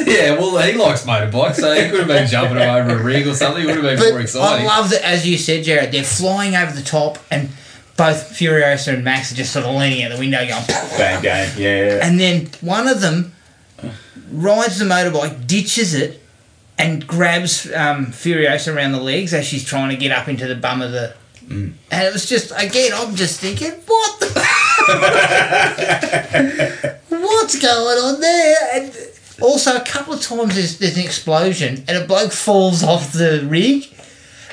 [SPEAKER 3] Yeah, well, he likes motorbikes, so he could have been jumping over a rig or something. It would have been more
[SPEAKER 2] but I
[SPEAKER 3] exciting.
[SPEAKER 2] love that, as you said, Jared. They're flying over the top, and both Furiosa and Max are just sort of leaning out the window, going.
[SPEAKER 4] Bang, game. Yeah.
[SPEAKER 2] And then one of them rides the motorbike, ditches it, and grabs um, Furiosa around the legs as she's trying to get up into the bum of the. And it was just again. I'm just thinking, what the? What's going on there? And also, a couple of times there's, there's an explosion and a bloke falls off the rig,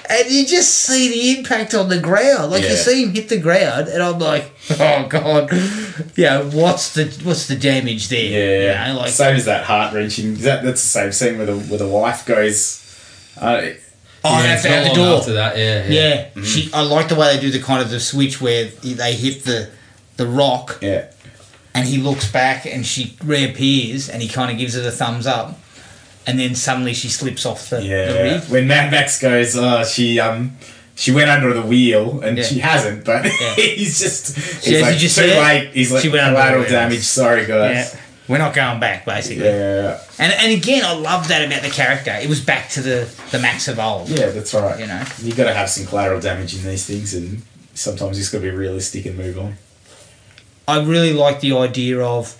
[SPEAKER 2] and you just see the impact on the ground. Like you
[SPEAKER 4] Yeah.
[SPEAKER 2] see him hit the ground, and I'm like, [laughs] oh god, yeah. What's the what's the damage there?
[SPEAKER 4] Yeah,
[SPEAKER 2] You know, like
[SPEAKER 4] same as that heart wrenching. That that's the same scene where the where the wife goes. Uh,
[SPEAKER 2] oh,
[SPEAKER 3] yeah,
[SPEAKER 2] that's out the
[SPEAKER 3] not long
[SPEAKER 2] door.
[SPEAKER 3] After that, yeah, yeah.
[SPEAKER 2] Yeah,
[SPEAKER 4] Mm-hmm.
[SPEAKER 2] she. I like the way they do the kind of the switch where they hit the the rock,
[SPEAKER 4] yeah,
[SPEAKER 2] and he looks back, and she reappears, and he kind of gives her the thumbs up, and then suddenly she slips off the,
[SPEAKER 4] yeah.
[SPEAKER 2] the rig.
[SPEAKER 4] When Mad Max goes, oh, she um. She went under the wheel, and
[SPEAKER 2] Yeah.
[SPEAKER 4] she hasn't. But [laughs] he's just, he's
[SPEAKER 2] did
[SPEAKER 4] like,
[SPEAKER 2] you see
[SPEAKER 4] too
[SPEAKER 2] it?
[SPEAKER 4] late. He's like
[SPEAKER 2] She went under the
[SPEAKER 4] collateral
[SPEAKER 2] wheel.
[SPEAKER 4] damage. Sorry,
[SPEAKER 2] Yeah,
[SPEAKER 4] guys.
[SPEAKER 2] we're not going back, basically.
[SPEAKER 4] Yeah,
[SPEAKER 2] And and again, I love that about the character. It was back to the the Max of old.
[SPEAKER 4] yeah, that's right.
[SPEAKER 2] You know.
[SPEAKER 4] you got to have some collateral damage in these things, and sometimes you just got to be realistic and move on.
[SPEAKER 2] I really like the idea of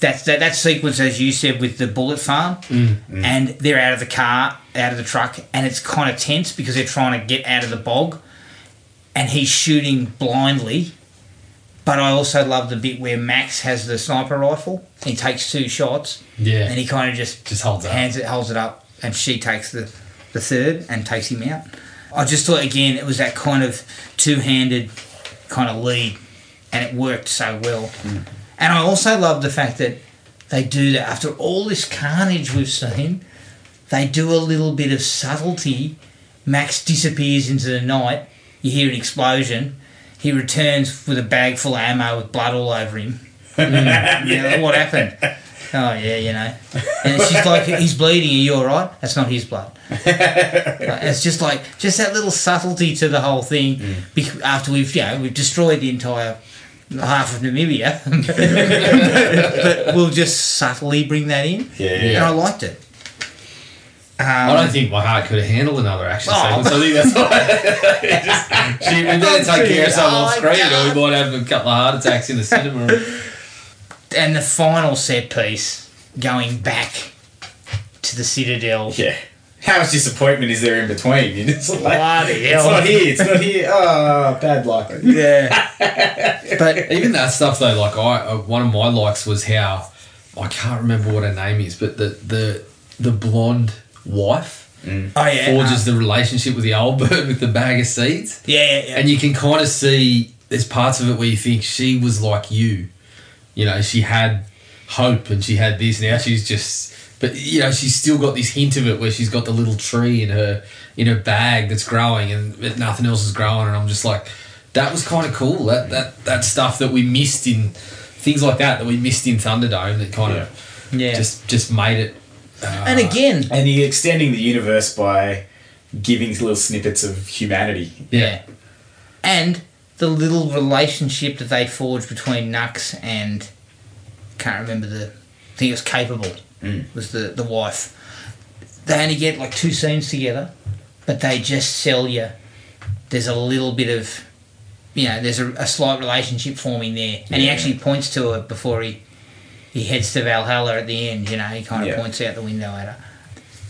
[SPEAKER 2] that, that that sequence, as you said, with the bullet farm, and they're out of the car, out of the truck, and it's kind of tense because they're trying to get out of the bog, and he's shooting blindly. But I also love the bit where Max has the sniper rifle. He takes two shots,
[SPEAKER 3] Yeah.
[SPEAKER 2] and he kind of just
[SPEAKER 3] Just holds it up.
[SPEAKER 2] hands it, holds it up, and she takes the the third and takes him out. I just thought again, it was that kind of two handed
[SPEAKER 3] Mm.
[SPEAKER 2] kind of lead and it worked so well. And I also love the fact that they do that after all this carnage we've seen. They do a little bit of subtlety. Max disappears into the night. You hear an explosion. He returns with a bag full of ammo with blood all over
[SPEAKER 3] [laughs]
[SPEAKER 2] him. Mm, yeah, what happened? Oh yeah, you know. And she's like, he's bleeding. Are you all right? That's not his blood. Like, it's just like just that little subtlety to the whole thing. bec- After we've you know we've destroyed the entire half of Namibia, [laughs] but we'll just subtly bring that in.
[SPEAKER 4] Yeah, yeah,
[SPEAKER 2] And I liked it.
[SPEAKER 3] I don't think my heart could have handled another action
[SPEAKER 2] Oh.
[SPEAKER 3] sequence. I think that's why [laughs]
[SPEAKER 2] [laughs]
[SPEAKER 3] it just, she, we better take care of something off
[SPEAKER 2] Oh, my
[SPEAKER 3] screen, or we might have a couple of heart attacks in the cinema.
[SPEAKER 2] And the final set piece going back to the Citadel.
[SPEAKER 4] Yeah. How much disappointment is there in between? [laughs] You're just like,
[SPEAKER 2] Bloody
[SPEAKER 4] it's
[SPEAKER 2] hell.
[SPEAKER 4] not here, it's not [laughs] here. Oh, bad [laughs] luck.
[SPEAKER 2] Yeah. but
[SPEAKER 3] [laughs] Even that stuff though, like I, uh, one of my likes was how I can't remember what her name is, but the the the blonde wife
[SPEAKER 2] oh yeah,
[SPEAKER 3] forges the relationship with the old bird [laughs] with the bag of seeds,
[SPEAKER 2] yeah, yeah, yeah.
[SPEAKER 3] and you can kind of see there's parts of it where you think she was like you, you know, she had hope and she had this. Now she's just, but you know, she's still got this hint of it where she's got the little tree in her in her bag that's growing and but nothing else is growing, and I'm just like, that was kind of cool. That that that stuff that we missed in things like that that we missed in Thunderdome that kind of
[SPEAKER 2] Yeah.
[SPEAKER 3] just just made it.
[SPEAKER 2] and again,
[SPEAKER 4] And you're extending the universe by giving little snippets of humanity.
[SPEAKER 3] Yeah.
[SPEAKER 2] and the little relationship that they forged between Nux and can't remember the I think it was capable was the the wife. They only get like two scenes together, but they just sell you. There's a little bit of you know there's a, a slight relationship forming there, and he actually points to her before he he heads to Valhalla at the end. You know he kind of
[SPEAKER 4] Yeah.
[SPEAKER 2] points out the window at her.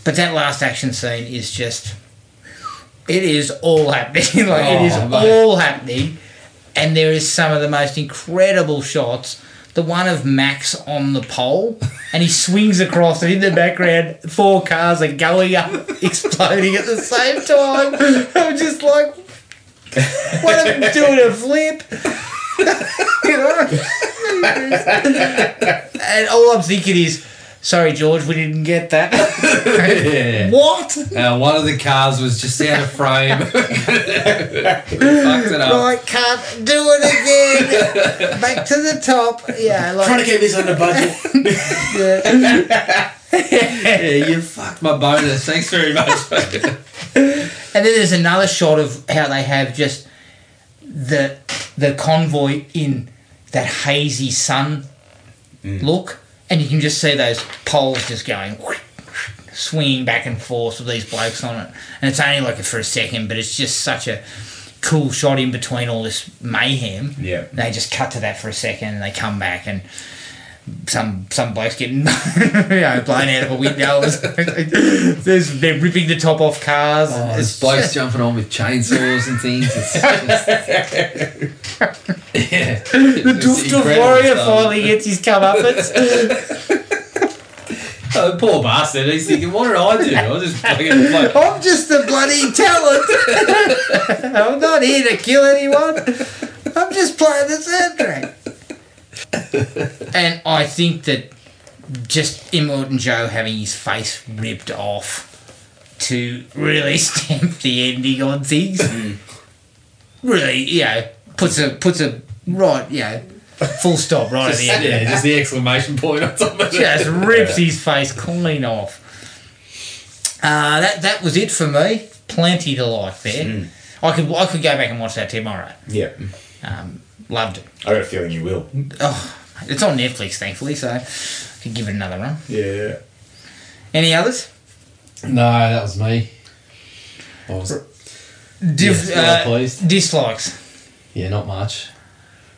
[SPEAKER 2] But that last action scene is just it is all happening. [laughs] like it is
[SPEAKER 3] Oh, mate.
[SPEAKER 2] all happening, and there is some of the most incredible shots. The one of Max on the pole, and he swings across, and in the background, four cars are going up, [laughs] exploding at the same time. I'm just like, one of
[SPEAKER 3] [laughs]
[SPEAKER 2] them doing a flip. [laughs] you know? and all I'm thinking is, sorry, George, we didn't get that. [laughs]
[SPEAKER 3] Yeah.
[SPEAKER 2] what?
[SPEAKER 3] Uh, one of the cars was just out of frame. [laughs] Fucked it up.
[SPEAKER 2] I can't do it [laughs] again. Back to the top. Yeah, like
[SPEAKER 4] keep this under budget.
[SPEAKER 2] yeah.
[SPEAKER 3] Yeah, you fucked my bonus. Thanks very [laughs] much.
[SPEAKER 2] And then there's another shot of how they have just the the convoy in that hazy sun look, and you can just see those poles just going swinging back and forth with these blokes on it. And it's only like for a second, but it's just such a cool shot in between all this mayhem.
[SPEAKER 4] Yeah.
[SPEAKER 2] They just cut to that for a second, and they come back and. some some blokes getting [laughs] you know, blown out of a window. [laughs] There's, they're ripping the top off cars.
[SPEAKER 3] There's blokes jumping on with chainsaws and things. It's just, yeah.
[SPEAKER 2] the Doof Doof Warrior finally gets his comeuppance.
[SPEAKER 3] [laughs] Oh, poor bastard. He's thinking, what did I do? I was just fucking [laughs] like,
[SPEAKER 2] I'm just a bloody talent. [laughs] I'm not here to kill anyone. I'm just playing the soundtrack. and I think that just Immortan Joe having his face ripped off to really [laughs] stamp the ending on things really, you know, puts a puts a right, you know, full stop right at the end.
[SPEAKER 3] yeah, just the exclamation point on top of it. [laughs]
[SPEAKER 2] just rips his face clean off. Uh, that that was it for me. Plenty to like there.
[SPEAKER 3] Hmm.
[SPEAKER 2] I could I could go back and watch that tomorrow.
[SPEAKER 4] [laughs]
[SPEAKER 2] Um,
[SPEAKER 4] yeah.
[SPEAKER 2] Loved it.
[SPEAKER 4] I got a feeling you will.
[SPEAKER 2] Oh, it's on Netflix, thankfully, so I could give it another run.
[SPEAKER 4] Yeah.
[SPEAKER 2] Any others?
[SPEAKER 3] No, that was me. I was,
[SPEAKER 2] Dif-
[SPEAKER 3] Yes, well, please.
[SPEAKER 2] uh, Dislikes.
[SPEAKER 3] yeah, not much.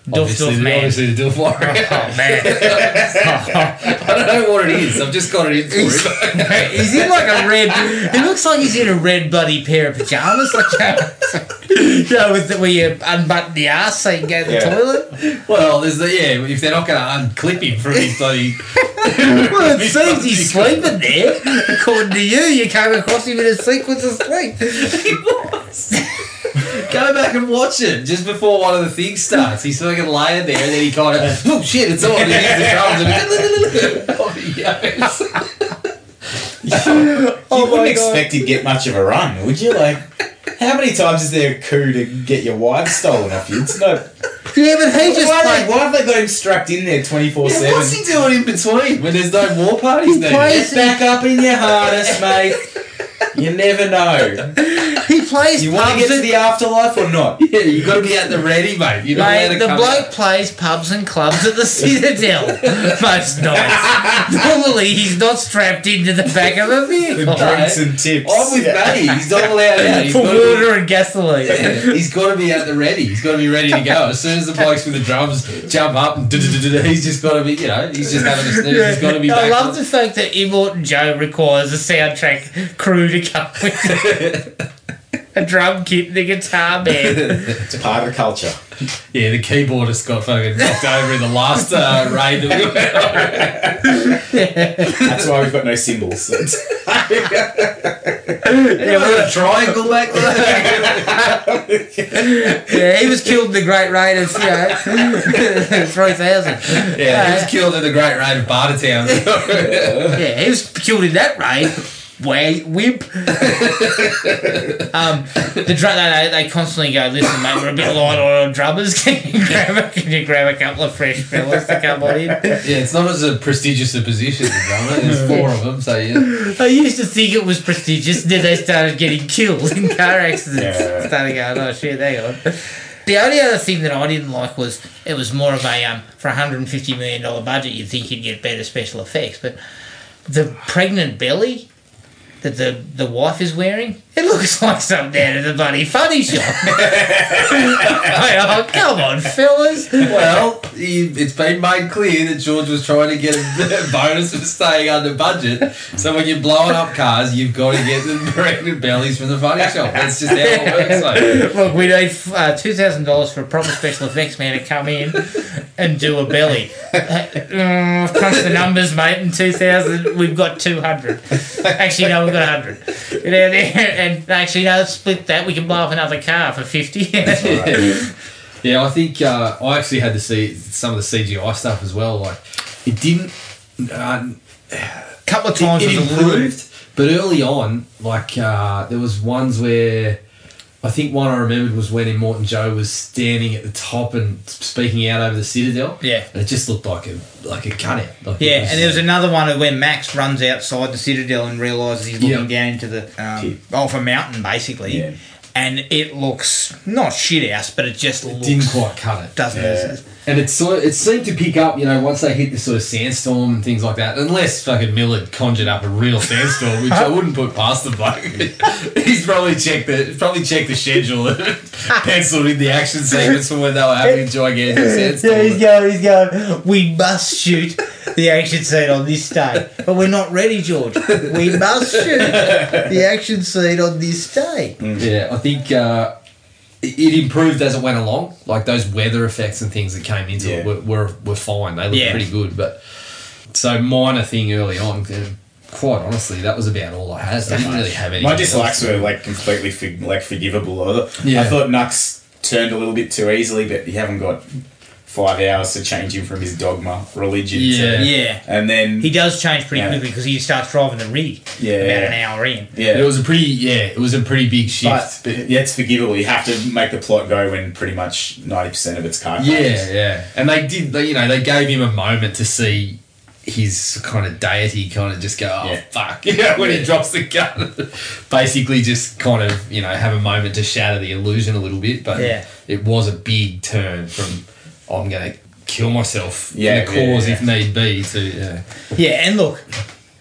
[SPEAKER 2] Doof
[SPEAKER 3] obviously,
[SPEAKER 2] Doof
[SPEAKER 3] the,
[SPEAKER 2] Man.
[SPEAKER 3] obviously the Doof Warrior. [laughs]
[SPEAKER 2] Oh man, [laughs]
[SPEAKER 3] I don't know what it is. I've just got it in for [laughs] him.
[SPEAKER 2] he's in like a red. He looks like he's in a red bloody pair of pajamas, like [laughs]
[SPEAKER 3] [laughs]
[SPEAKER 2] you know, with the, where you unbutton the ass so you can go to the
[SPEAKER 4] Yeah.
[SPEAKER 2] toilet.
[SPEAKER 3] Well, there's the yeah. If they're not going to unclip him from his bloody,
[SPEAKER 2] Well, it seems he's sleeping there.
[SPEAKER 3] [laughs]
[SPEAKER 2] According to you, you came across him in a sequence of sleep.
[SPEAKER 3] Go back and watch it just before one of the things starts. He's fucking laying there, and then he kind of, [laughs] oh shit, it's on. And he's [laughs] the drums. And
[SPEAKER 4] you wouldn't expect he'd get much of a run, would you? [laughs] Like, how many times is there a coup to get your wives stolen off you? It's not.
[SPEAKER 2] Yeah, but he just
[SPEAKER 4] why,
[SPEAKER 2] played.
[SPEAKER 4] they, why have they got him strapped in there twenty four
[SPEAKER 3] yeah, what's
[SPEAKER 4] seven?
[SPEAKER 3] he doing in between when there's no war parties?
[SPEAKER 2] He
[SPEAKER 3] then?
[SPEAKER 2] plays-
[SPEAKER 4] Get back up in your harness, [laughs] mate. You never know.
[SPEAKER 2] He plays
[SPEAKER 4] You want to
[SPEAKER 2] pubs
[SPEAKER 4] get to
[SPEAKER 2] and
[SPEAKER 4] the afterlife or not?
[SPEAKER 3] [laughs] Yeah, you got to be at the ready, mate. You're not allowed
[SPEAKER 2] Mate,
[SPEAKER 3] to
[SPEAKER 2] the
[SPEAKER 3] come
[SPEAKER 2] bloke
[SPEAKER 3] out.
[SPEAKER 2] plays pubs and clubs
[SPEAKER 3] [laughs]
[SPEAKER 2] at the Citadel most nights. Normally, he's not strapped into the back of
[SPEAKER 3] [laughs]
[SPEAKER 2] a
[SPEAKER 4] With
[SPEAKER 2] vehicle
[SPEAKER 4] drinks and tips.
[SPEAKER 3] I'm with Matty. He's not allowed
[SPEAKER 2] [laughs]
[SPEAKER 3] out. He's
[SPEAKER 2] for
[SPEAKER 3] gotta be-
[SPEAKER 2] water and gasoline.
[SPEAKER 3] He's got to be at the ready. He's got to be ready to go. As soon as the blokes with the drums jump up, and du-du-du-du-du, he's just got to be, you know, he's just having a snooze. He's got to be
[SPEAKER 2] I
[SPEAKER 3] back.
[SPEAKER 2] love the fact that Immortan Joe requires a soundtrack crew to come with
[SPEAKER 3] [laughs]
[SPEAKER 2] a drum kit and a guitar band.
[SPEAKER 4] It's part of the culture.
[SPEAKER 3] yeah, the keyboardist got fucking knocked over in the last uh, raid
[SPEAKER 2] [laughs]
[SPEAKER 3] that we went on.
[SPEAKER 4] That's why we've got no symbols. [laughs] It's-
[SPEAKER 3] Yeah, we got a triangle back there.
[SPEAKER 2] [laughs] yeah, he was killed in the Great Raid of, you know, [laughs] 3000.
[SPEAKER 3] Yeah, he was killed in the great raid of
[SPEAKER 2] [laughs]
[SPEAKER 3] Bartertown.
[SPEAKER 2] Yeah, he was killed in that raid. Way wimp. um, the drum, they, they constantly go, listen, mate, we're a bit light on our drummers. [laughs] Can you grab a, can you grab a couple of fresh fellas to come on in?
[SPEAKER 3] yeah, it's not as a prestigious a position, the drummer. There's four of them, so yeah.
[SPEAKER 2] I used to think it was prestigious, then they started getting killed in car accidents. [laughs]
[SPEAKER 4] Yeah.
[SPEAKER 2] Started going, oh shit, hang on. The only other thing that I didn't like was it was more of a um, for a hundred and fifty million dollar budget, you'd think you'd get better special effects, but the pregnant belly that the the wife is wearing, it looks like something out of the bloody funny shop. [laughs] oh come on, fellas!
[SPEAKER 3] Well, he, it's been made clear that George was trying to get a [laughs] bonus for staying under budget. So when you're blowing up cars, you've got to get the [laughs] pregnant bellies from the funny shop. That's just how it works. Like.
[SPEAKER 2] Look, we need uh, two thousand dollars for a proper special effects man to come in and do a belly. Uh, mm, I've crunched the numbers, mate. In two thousand, we've got two hundred. Actually, no, we've got hundred. You know, [laughs] there- and actually, no, let's split that. We can blow up another car for fifty. [laughs]
[SPEAKER 3] Yeah, I think uh, I actually had to see some of the CGI stuff as well. Like it didn't. Uh,
[SPEAKER 2] couple of
[SPEAKER 3] it,
[SPEAKER 2] times
[SPEAKER 3] it
[SPEAKER 2] was a little.
[SPEAKER 3] improved, but early on, like uh, there was ones where I think one I remembered was when Morton Joe was standing at the top and speaking out over the Citadel.
[SPEAKER 2] Yeah.
[SPEAKER 3] and it just looked like a like a cut out. Like it
[SPEAKER 2] Yeah, and there was another one where Max runs outside the Citadel and realizes he's looking
[SPEAKER 3] Yeah.
[SPEAKER 2] down into the um, off a mountain basically,
[SPEAKER 4] Yeah.
[SPEAKER 2] and it looks not shit house, but it just looks
[SPEAKER 3] didn't quite cut it.
[SPEAKER 2] doesn't
[SPEAKER 4] Yeah.
[SPEAKER 2] it?
[SPEAKER 3] And it sort of, it seemed to pick up, you know, once they hit the sort of sandstorm and things like that. Unless fucking Millard conjured up a real sandstorm, which I wouldn't put past the bloke. [laughs] He's probably checked the probably checked the schedule and [laughs] penciled in the action sequence from when they were having a gigantic sandstorm.
[SPEAKER 2] Yeah, he's going, he's going, we must shoot the action scene on this day. But we're not ready, George. We must shoot the action scene on this day.
[SPEAKER 4] Mm.
[SPEAKER 3] Yeah, I think uh, it it improved as it went along. Like those weather effects and things that came into it
[SPEAKER 4] Yeah.
[SPEAKER 3] were, were, were fine. They looked
[SPEAKER 2] Yeah.
[SPEAKER 3] pretty good. But so minor thing early on. and Quite honestly, that was about all I had. I didn't really have any.
[SPEAKER 4] My dislikes were like completely for, like forgivable. I thought-
[SPEAKER 3] Yeah.
[SPEAKER 4] I thought Nux turned a little bit too easily, but you haven't got five hours to change him from his dogma religion. to-
[SPEAKER 3] Yeah.
[SPEAKER 2] Yeah.
[SPEAKER 4] and then
[SPEAKER 2] He does change pretty
[SPEAKER 4] Yeah.
[SPEAKER 2] quickly because he starts driving the rig
[SPEAKER 4] Yeah.
[SPEAKER 2] about an hour in.
[SPEAKER 4] yeah,
[SPEAKER 3] It was a pretty yeah. It was a pretty big shift.
[SPEAKER 4] but, but yeah, it's forgivable. You have to make the plot go when pretty much ninety percent of it's car.
[SPEAKER 3] yeah, yeah. And they did. They, you know, they gave him a moment to see his kind of deity kind of just go, oh
[SPEAKER 4] Yeah.
[SPEAKER 3] fuck, [laughs] you know, when
[SPEAKER 4] Yeah.
[SPEAKER 3] he drops the gun. [laughs] Basically, just kind of you know have a moment to shatter the illusion a little bit. But
[SPEAKER 2] Yeah.
[SPEAKER 3] it was a big turn from I'm gonna kill myself
[SPEAKER 4] Yeah,
[SPEAKER 3] in the cause
[SPEAKER 4] yeah,
[SPEAKER 3] if need be to yeah.
[SPEAKER 2] Yeah, and look,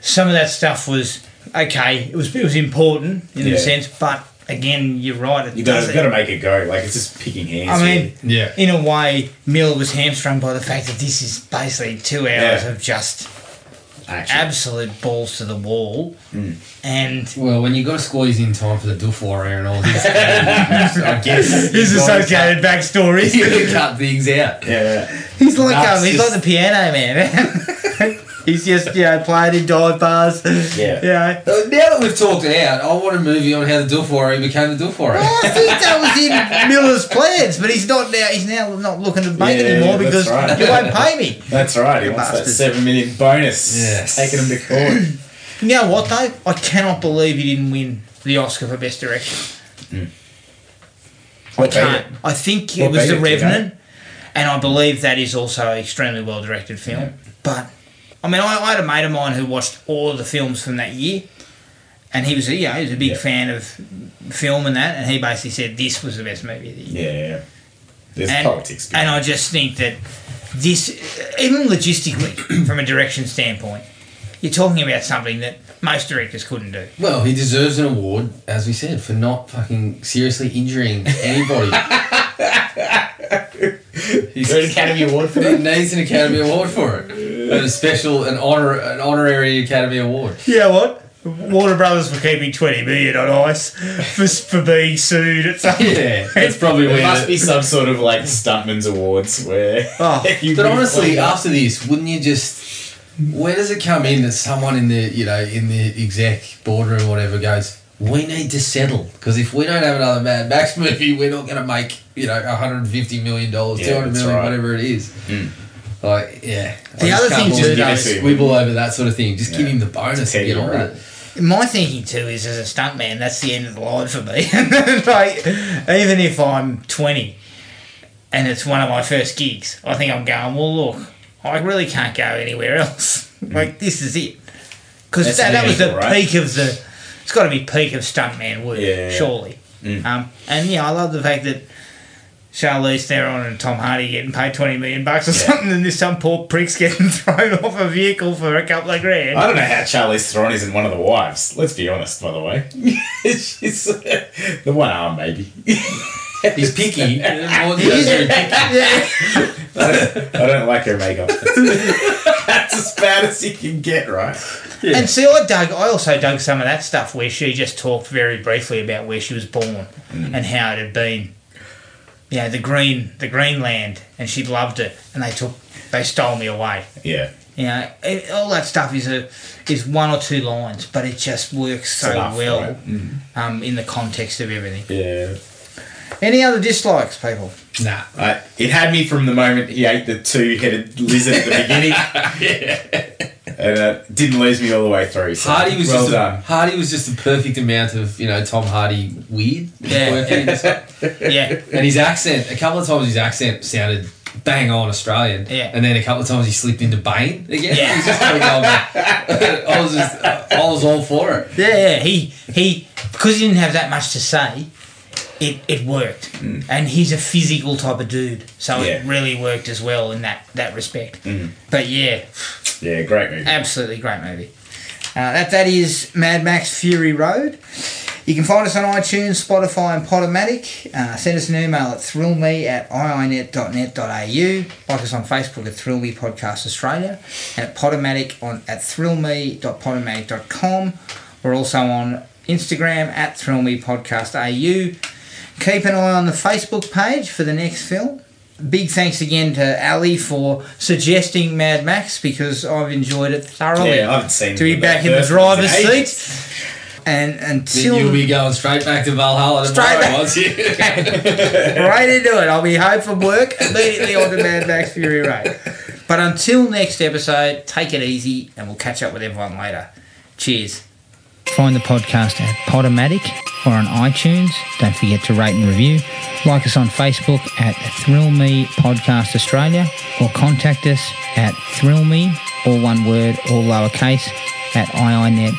[SPEAKER 2] some of that stuff was okay. It was it was important in
[SPEAKER 4] Yeah.
[SPEAKER 2] a sense, but again, you're right. It
[SPEAKER 4] you got
[SPEAKER 2] does
[SPEAKER 4] to got to make it go. Like it's just picking hands.
[SPEAKER 2] I
[SPEAKER 4] really.
[SPEAKER 2] mean,
[SPEAKER 3] Yeah.
[SPEAKER 2] in a way, Mill was hamstrung by the fact that this is basically two hours
[SPEAKER 4] Yeah.
[SPEAKER 2] of just
[SPEAKER 4] Action.
[SPEAKER 2] absolute balls to the wall.
[SPEAKER 4] Hmm.
[SPEAKER 2] And
[SPEAKER 3] Well, when you got to squeeze in time for the Doof Warrior and all this, [laughs] I guess
[SPEAKER 2] his
[SPEAKER 3] you've gotta [laughs] cut-
[SPEAKER 2] associated backstories.
[SPEAKER 3] you've gotta cut things out.
[SPEAKER 4] yeah,
[SPEAKER 2] [laughs] He's like
[SPEAKER 3] That's
[SPEAKER 2] um, he's
[SPEAKER 3] just-
[SPEAKER 2] like the piano man. [laughs] He's just, you know, playing in dive bars.
[SPEAKER 4] Yeah.
[SPEAKER 2] [laughs] You know.
[SPEAKER 3] Now that we've talked it out, I want a movie on how the Dilfory became the Dilfory.
[SPEAKER 2] Well, I think that was in Miller's plans, but he's not now. He's now not looking to make it
[SPEAKER 4] Yeah,
[SPEAKER 2] anymore
[SPEAKER 4] that's
[SPEAKER 2] because
[SPEAKER 4] right.
[SPEAKER 2] you won't pay me.
[SPEAKER 4] That's right. He wants that
[SPEAKER 2] Bastards.
[SPEAKER 4] seven million bonus.
[SPEAKER 3] Yes.
[SPEAKER 4] Taking him to court.
[SPEAKER 2] You know what though? I cannot believe he didn't win the Oscar for Best Direction. I
[SPEAKER 4] What
[SPEAKER 2] can't.
[SPEAKER 4] beat it?
[SPEAKER 2] I think it
[SPEAKER 4] What
[SPEAKER 2] was
[SPEAKER 4] beat
[SPEAKER 2] The
[SPEAKER 4] it, do you know?
[SPEAKER 2] Revenant, and I believe that is also an extremely well directed film. But I mean, I, I had a mate of mine who watched all of the films from that year, and he was a, you know, he was a big
[SPEAKER 4] Yeah.
[SPEAKER 2] fan of film and that, and he basically said this was the best movie of the year.
[SPEAKER 4] Yeah, yeah. There's
[SPEAKER 2] and,
[SPEAKER 4] politics. going
[SPEAKER 2] and
[SPEAKER 4] on.
[SPEAKER 2] I just think that this, even logistically, [clears throat] from a direction standpoint, you're talking about something that most directors couldn't do.
[SPEAKER 3] Well, he deserves an award, as we said, for not fucking seriously injuring anybody. He's,
[SPEAKER 4] An Academy Award for
[SPEAKER 3] he [laughs]
[SPEAKER 4] [laughs] that.
[SPEAKER 3] needs an Academy Award for it. And a special, an honor, an honorary Academy
[SPEAKER 4] [laughs]
[SPEAKER 3] Award.
[SPEAKER 2] Yeah, what? Warner Brothers for keeping 20 million on ice for, for being sued at [laughs] some
[SPEAKER 3] Yeah, that's probably
[SPEAKER 4] There
[SPEAKER 3] where.
[SPEAKER 4] must
[SPEAKER 3] the-
[SPEAKER 4] be some sort of like stuntman's awards where. [laughs]
[SPEAKER 2] Oh,
[SPEAKER 4] you
[SPEAKER 3] But
[SPEAKER 4] move
[SPEAKER 3] honestly, uh,
[SPEAKER 4] on.
[SPEAKER 3] after this, wouldn't you just? Where does it come in that someone in the you know in the exec boardroom or whatever goes? We need to settle because if we don't have another Mad Max movie, we're not going to make you know 150 million dollars,
[SPEAKER 4] Yeah,
[SPEAKER 3] 200
[SPEAKER 4] that's
[SPEAKER 3] million,
[SPEAKER 4] right. Hmm.
[SPEAKER 3] whatever it is. Like yeah,
[SPEAKER 2] The other thing too,
[SPEAKER 3] to
[SPEAKER 2] though,
[SPEAKER 4] is-
[SPEAKER 3] squibble over that sort of thing. Just give him the bonus
[SPEAKER 4] To
[SPEAKER 3] to
[SPEAKER 4] tell
[SPEAKER 3] get
[SPEAKER 4] you
[SPEAKER 3] on
[SPEAKER 4] right.
[SPEAKER 3] with it.
[SPEAKER 2] My thinking too is as a stuntman, that's the end of the line for me. [laughs] like, even if I'm 20 and it's one of my first gigs, I think I'm going, well, look, I really can't go anywhere else. [laughs] like, this is it. Because
[SPEAKER 4] That's
[SPEAKER 2] that, that was the
[SPEAKER 4] illegal, right?
[SPEAKER 2] peak of the. It's got to be peak of stuntman work,
[SPEAKER 4] Yeah.
[SPEAKER 2] surely. Um, and yeah, I love the fact that Charlize Theron and Tom Hardy getting paid twenty million bucks or something, and this some poor prick's getting [laughs] thrown off a vehicle for a couple of grand.
[SPEAKER 4] I don't know how Charlize Theron isn't one of the wives. Let's be honest, by the way. [laughs] She's uh, the one arm, maybe.
[SPEAKER 3] He's
[SPEAKER 4] [laughs]
[SPEAKER 3] picky. More than those who are picky.
[SPEAKER 4] I don't like her makeup. [laughs] That's as bad as you can get, right?
[SPEAKER 2] And see, I dug. I also dug some of that stuff where she just talked very briefly about where she was born and how it had been. You know, the green, the Greenland, and she loved it. And they took, they stole me away.
[SPEAKER 4] Yeah.
[SPEAKER 2] You know, it, all that stuff is a is one or two lines, but it just works so
[SPEAKER 4] enough,
[SPEAKER 2] well
[SPEAKER 4] right?
[SPEAKER 2] um, in the context of everything.
[SPEAKER 4] Yeah.
[SPEAKER 2] Any other dislikes, people?
[SPEAKER 3] Nah,
[SPEAKER 4] I, it had me from the moment he ate the two headed lizard at the beginning. yeah.
[SPEAKER 3] [laughs]
[SPEAKER 4] [laughs] And uh, didn't lose me all the way through. So
[SPEAKER 3] Hardy was
[SPEAKER 4] well
[SPEAKER 3] just A,
[SPEAKER 4] done.
[SPEAKER 3] Hardy was just the perfect amount of you know Tom Hardy weird.
[SPEAKER 2] Yeah.
[SPEAKER 3] Working.
[SPEAKER 2] Yeah,
[SPEAKER 3] And his accent, a couple of times his accent sounded bang on Australian.
[SPEAKER 2] Yeah.
[SPEAKER 3] And then a couple of times he slipped into Bane again.
[SPEAKER 2] Yeah.
[SPEAKER 3] [laughs] He was just kinda
[SPEAKER 2] [laughs]
[SPEAKER 3] going back. I was just, I was all for it.
[SPEAKER 2] yeah, yeah. He he, because he didn't have that much to say, it it worked. And he's a physical type of dude, so
[SPEAKER 4] Yeah.
[SPEAKER 2] it really worked as well in that that respect. But yeah,
[SPEAKER 4] Yeah, great movie.
[SPEAKER 2] Absolutely great movie. Uh, that that is Mad Max Fury Road. You can find us on iTunes, Spotify, and Podomatic. Uh, send us an email at thrillme at iinet.net.au. Like us on Facebook at Thrill Me Podcast Australia and at Podomatic on at thrillme.podomatic.com. We're also on Instagram at Thrill Me Podcast AU. Keep an eye on the Facebook page for the next film big thanks again to Ali for suggesting Mad Max because I've enjoyed it thoroughly.
[SPEAKER 4] Yeah, I haven't seen
[SPEAKER 2] to be
[SPEAKER 4] the
[SPEAKER 2] back in the
[SPEAKER 4] first
[SPEAKER 2] driver's
[SPEAKER 4] one in ages.
[SPEAKER 2] seat. And
[SPEAKER 3] Then you'll
[SPEAKER 2] until
[SPEAKER 3] be going straight back to Valhalla
[SPEAKER 2] Straight
[SPEAKER 3] tomorrow,
[SPEAKER 2] back.
[SPEAKER 3] won't you?
[SPEAKER 2] right into it, I'll be home from work immediately on to Mad Max Fury Road. But until next episode, take it easy, and we'll catch up with everyone later. Cheers. Find the podcast at Podomatic or on iTunes. Don't forget to rate and review. Like us on Facebook at Thrill Me Podcast Australia or contact us at Thrill Me, all one word, all lowercase, at iinet.net.au.